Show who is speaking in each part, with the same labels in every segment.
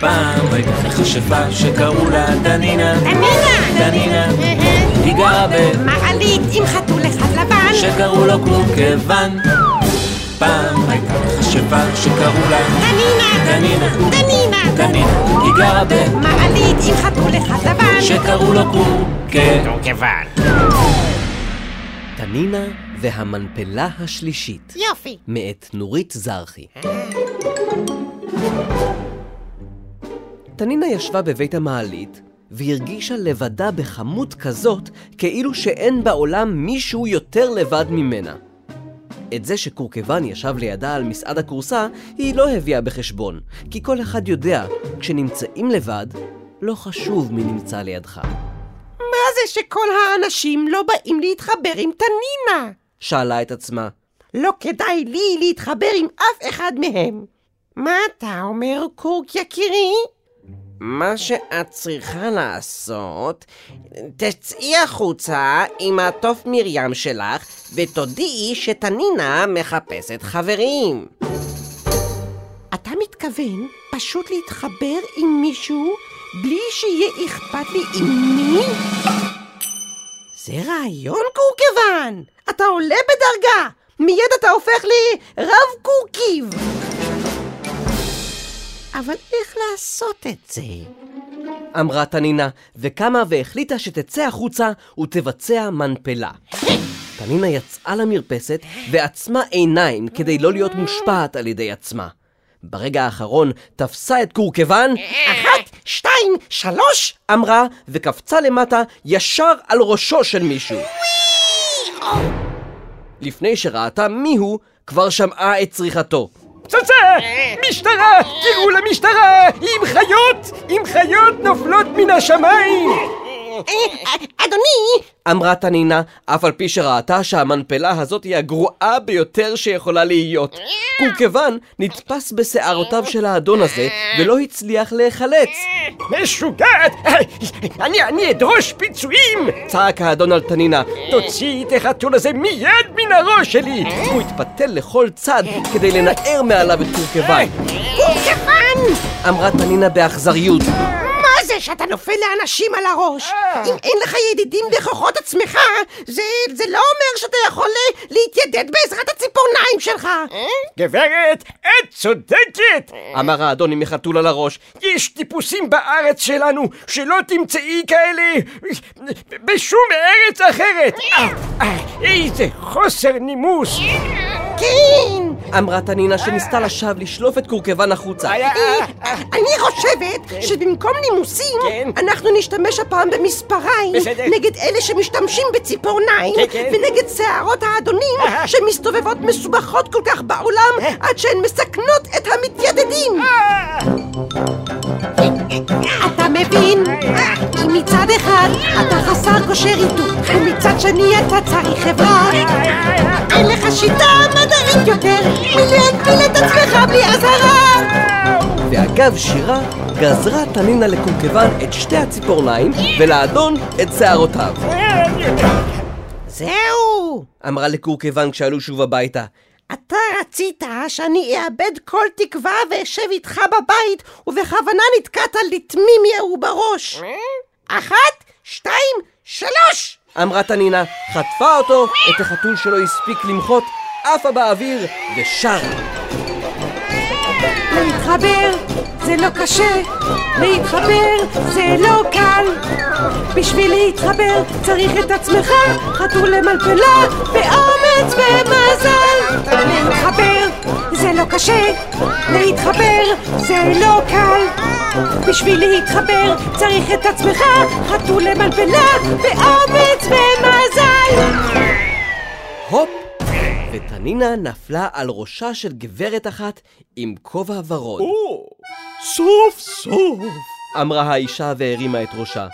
Speaker 1: פעם הייתה חשבה שקראו לה דנינה.
Speaker 2: דנינה!
Speaker 1: דנינה. היא גרה
Speaker 2: במעלית עם חתול אחד לבן.
Speaker 1: שקראו לו קורקבן. פעם הייתה חשבה שקראו לה
Speaker 2: דנינה!
Speaker 1: דנינה.
Speaker 2: דנינה!
Speaker 1: דנינה. היא גרה
Speaker 2: במעלית עם חתול אחד לבן.
Speaker 1: שקראו לו קורקבן.
Speaker 3: כיוון.
Speaker 4: תנינה והמנפלה השלישית,
Speaker 2: יופי.
Speaker 4: מאת נורית זרחי. תנינה ישבה בבית המעלית, והרגישה לבדה בכמות כזאת, כאילו שאין בעולם מישהו יותר לבד ממנה. את זה שקורקבן ישב לידה על מסעד הכורסה, היא לא הביאה בחשבון, כי כל אחד יודע, כשנמצאים לבד, לא חשוב מי נמצא לידך.
Speaker 2: מה זה שכל האנשים לא באים להתחבר עם תנינה?
Speaker 4: שאלה את עצמה,
Speaker 2: לא כדאי לי להתחבר עם אף אחד מהם. מה אתה אומר, קורק יקירי?
Speaker 3: מה שאת צריכה לעשות, תצאי החוצה עם התוף מרים שלך ותודיעי שתנינה מחפשת חברים.
Speaker 2: אתה מתכוון פשוט להתחבר עם מישהו בלי שיהיה אכפת לי עם מי? זה רעיון קורקוון! אתה עולה בדרגה! מיד אתה הופך לי רב קורקיב! אבל איך לעשות את זה?
Speaker 4: אמרה תנינה, וקמה והחליטה שתצא החוצה ותבצע מנפלה. תנינה יצאה למרפסת ועצמה עיניים כדי לא להיות מושפעת על ידי עצמה. ברגע האחרון תפסה את קורקוון,
Speaker 2: אחת, שתיים, שלוש!
Speaker 4: אמרה, וקפצה למטה ישר על ראשו של מישהו. לפני שראתה מיהו, כבר שמעה את צריכתו.
Speaker 5: פצצה! משטרה! קראו למשטרה! עם חיות! עם חיות נופלות מן השמיים!
Speaker 2: אדוני,
Speaker 4: אמרה תנינה, אף על פי שראתה שהמנפלה הזאת היא הגרועה ביותר שיכולה להיות. קורקוון נתפס בשערותיו של האדון הזה, ולא הצליח להיחלץ.
Speaker 5: משוגעת! אני, אני אדרוש פיצויים!
Speaker 4: צעק האדון על תנינה,
Speaker 5: תוציאי את החתול הזה מיד מן הראש שלי!
Speaker 4: הוא התפתל לכל צד כדי לנער מעליו את קורקוון.
Speaker 2: קורקוון!
Speaker 4: אמרה תנינה באכזריות,
Speaker 2: מה זה שאתה נופל לאנשים על הראש?
Speaker 5: אה.
Speaker 2: אם אין לך ידידים בכוחות עצמך, זה, זה לא אומר שאתה יכול ל- להתיידד בעזרת הציפורניים שלך.
Speaker 5: גברת, את צודקת!
Speaker 4: אמר האדון עם החתול על הראש.
Speaker 5: יש טיפוסים בארץ שלנו שלא תמצאי כאלה בשום ארץ אחרת! אה, אה, איזה חוסר נימוס!
Speaker 2: כן,
Speaker 4: אמרה תנינה שניסתה לשווא לשלוף את קורקוון החוצה.
Speaker 5: אה, אה,
Speaker 2: אה, אני חושבת שבמקום נימוסים,
Speaker 5: כן.
Speaker 2: אנחנו נשתמש הפעם במספריים
Speaker 5: בסדר.
Speaker 2: נגד אלה שמשתמשים בציפורניים,
Speaker 5: כן, כן.
Speaker 2: ונגד שערות האדונים
Speaker 5: אה,
Speaker 2: שמסתובבות מסובכות כל כך בעולם, עד שהן מסכנות את
Speaker 5: אה,
Speaker 2: המתיידדים. אתה מבין? אם מצד אחד אתה חסר כושר איתות, ומצד שני אתה צריך חברה. אין לך שיטה מדעית יותר מלהגביל את עצמך בלי אזהרה!
Speaker 4: ואגב שירה, גזרה תנינה לקורקוון את שתי הציפורניים, ולאדון את שערותיו.
Speaker 2: זהו!
Speaker 4: אמרה לקורקוון כשעלו שוב הביתה.
Speaker 2: אתה רצית שאני אאבד כל תקווה ואשב איתך בבית, ובכוונה נתקעת לתמי מיהו בראש. אחת, שתיים, שלוש!
Speaker 4: אמרה תנינה, חטפה אותו, את החתול שלא הספיק למחות, עפה באוויר ושרה.
Speaker 2: להתחבר זה לא קשה, להתחבר זה לא קל. בשביל להתחבר צריך את עצמך, חתול למלפלה, באומץ ומזל. להתחבר זה לא קשה, להתחבר זה לא קל. בשביל להתחבר צריך את עצמך, חתול למלפלה, באומץ ומזל.
Speaker 4: הופ! ותנינה נפלה על ראשה של גברת אחת עם כובע ורוד.
Speaker 5: או, סוף סוף!
Speaker 4: אמרה האישה והרימה את ראשה.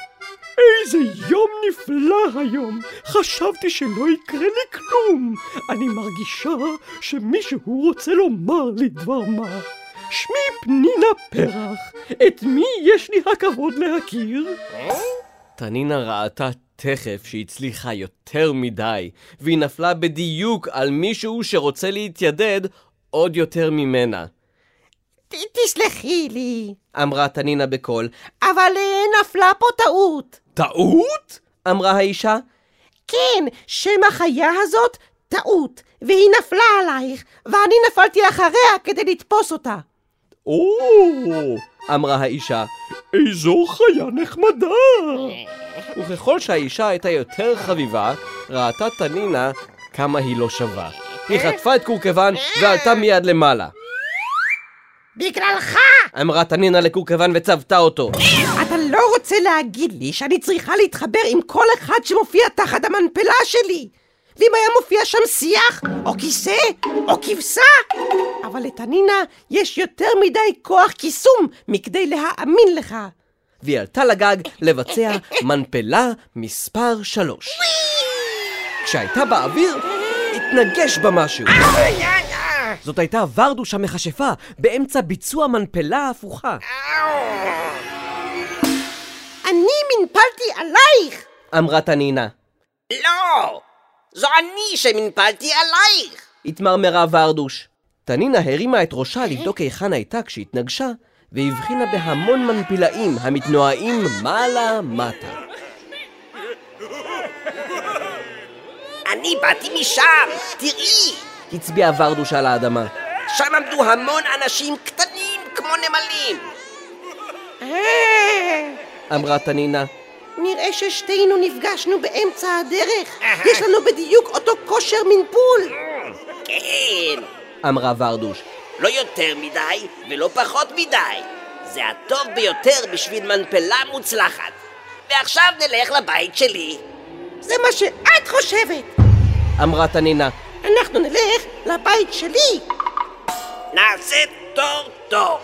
Speaker 5: איזה יום נפלא היום! חשבתי שלא יקרה לי כלום! אני מרגישה שמישהו רוצה לומר לי דבר מה. שמי פנינה פרח. את מי יש לי הכבוד להכיר?
Speaker 4: תנינה ראתה תכף שהיא הצליחה יותר מדי, והיא נפלה בדיוק על מישהו שרוצה להתיידד עוד יותר ממנה.
Speaker 2: ת- תסלחי לי,
Speaker 4: אמרה תנינה בקול.
Speaker 2: אבל אה, נפלה פה טעות.
Speaker 4: טעות? אמרה האישה.
Speaker 2: כן, שם החיה הזאת טעות, והיא נפלה עלייך, ואני נפלתי אחריה כדי לתפוס אותה.
Speaker 6: או,
Speaker 4: אמרה האישה,
Speaker 6: איזו חיה נחמדה!
Speaker 4: וככל שהאישה הייתה יותר חביבה, ראתה תנינה כמה היא לא שווה. היא חטפה את קורקוון ועלתה מיד למעלה.
Speaker 2: בגללך!
Speaker 4: אמרה תנינה לקורקוון וצבתה אותו.
Speaker 2: אתה לא רוצה להגיד לי שאני צריכה להתחבר עם כל אחד שמופיע תחת המנפלה שלי? ואם היה מופיע שם שיח, או כיסא, או כבשה? אבל לתנינה יש יותר מדי כוח קיסום מכדי להאמין לך.
Speaker 4: והיא עלתה לגג לבצע מנפלה מספר שלוש. כשהייתה באוויר, התנגש בה משהו. זאת הייתה ורדוש המכשפה באמצע ביצוע מנפלה הפוכה.
Speaker 2: אני מנפלתי עלייך!
Speaker 4: אמרה תנינה.
Speaker 5: לא! זו אני שמנפלתי עלייך!
Speaker 4: התמרמרה ורדוש. תנינה הרימה את ראשה לבדוק היכן הייתה כשהתנגשה, והבחינה בהמון מנפילאים המתנועעים מעלה-מטה.
Speaker 5: אני באתי משם! תראי!
Speaker 4: הצביעה ורדוש על האדמה.
Speaker 5: שם עמדו המון אנשים קטנים כמו נמלים!
Speaker 2: אה,
Speaker 4: אמרה תנינה,
Speaker 2: נראה ששתינו נפגשנו באמצע הדרך. יש לנו בדיוק אותו כושר מנפול.
Speaker 5: כן!
Speaker 4: אמרה ורדוש.
Speaker 5: לא יותר מדי ולא פחות מדי. זה הטוב ביותר בשביל מנפלה מוצלחת. ועכשיו נלך לבית שלי.
Speaker 2: זה מה שאת חושבת.
Speaker 4: אמרה תנינה,
Speaker 2: אנחנו נלך לבית שלי.
Speaker 5: נעשה תור תור.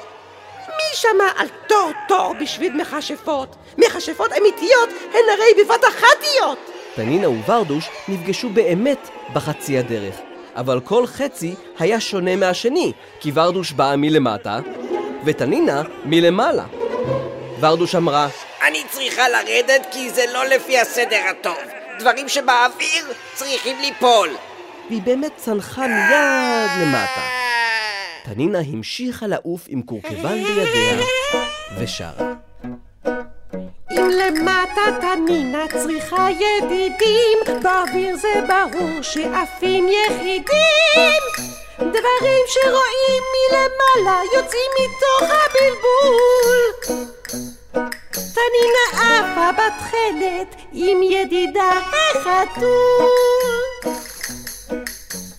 Speaker 2: מי שמע על תור תור בשביל מכשפות? מכשפות אמיתיות הן הרי בבת אחתיות!
Speaker 4: תנינה וורדוש נפגשו באמת בחצי הדרך. אבל כל חצי היה שונה מהשני, כי ורדוש באה מלמטה, ותנינה מלמעלה. ורדוש אמרה,
Speaker 5: אני צריכה לרדת כי זה לא לפי הסדר הטוב. דברים שבאוויר צריכים ליפול.
Speaker 4: והיא באמת צנחה מיד למטה. תנינה המשיכה לעוף עם קורקבן בידיה, ושרה.
Speaker 2: אם למטה תנינה צריכה ידידים, באוויר זה ברור שעפים יחידים! דברים שרואים מלמעלה יוצאים מתוך הבלבול! תנינה עפה בתכלת עם ידידה החתול!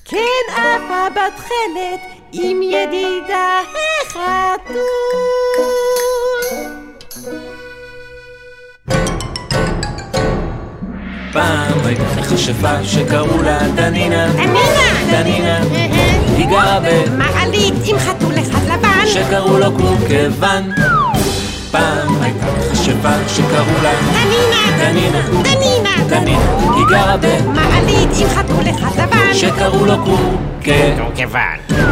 Speaker 2: כן עפה בתכלת עם ידידה החתול!
Speaker 7: פעם הייתה חשבה שקראו לה דנינה. דנינה. היא גרה ב...
Speaker 2: אוקיי, מעלית עם חתול אחד לבן.
Speaker 7: שקראו לו קורקוון. פעם הייתה חשבה שקראו לה
Speaker 2: דנינה,
Speaker 7: דנינה.
Speaker 2: דנינה,
Speaker 7: דנינה. היא גרה ב...
Speaker 2: מעלית עם חתול אחד לבן.
Speaker 7: שקראו לו קורקוון.
Speaker 5: כיוון.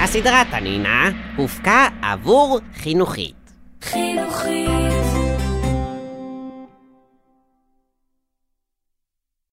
Speaker 5: הסדרה תנינה הופקה עבור חינוכית.
Speaker 8: חינוכית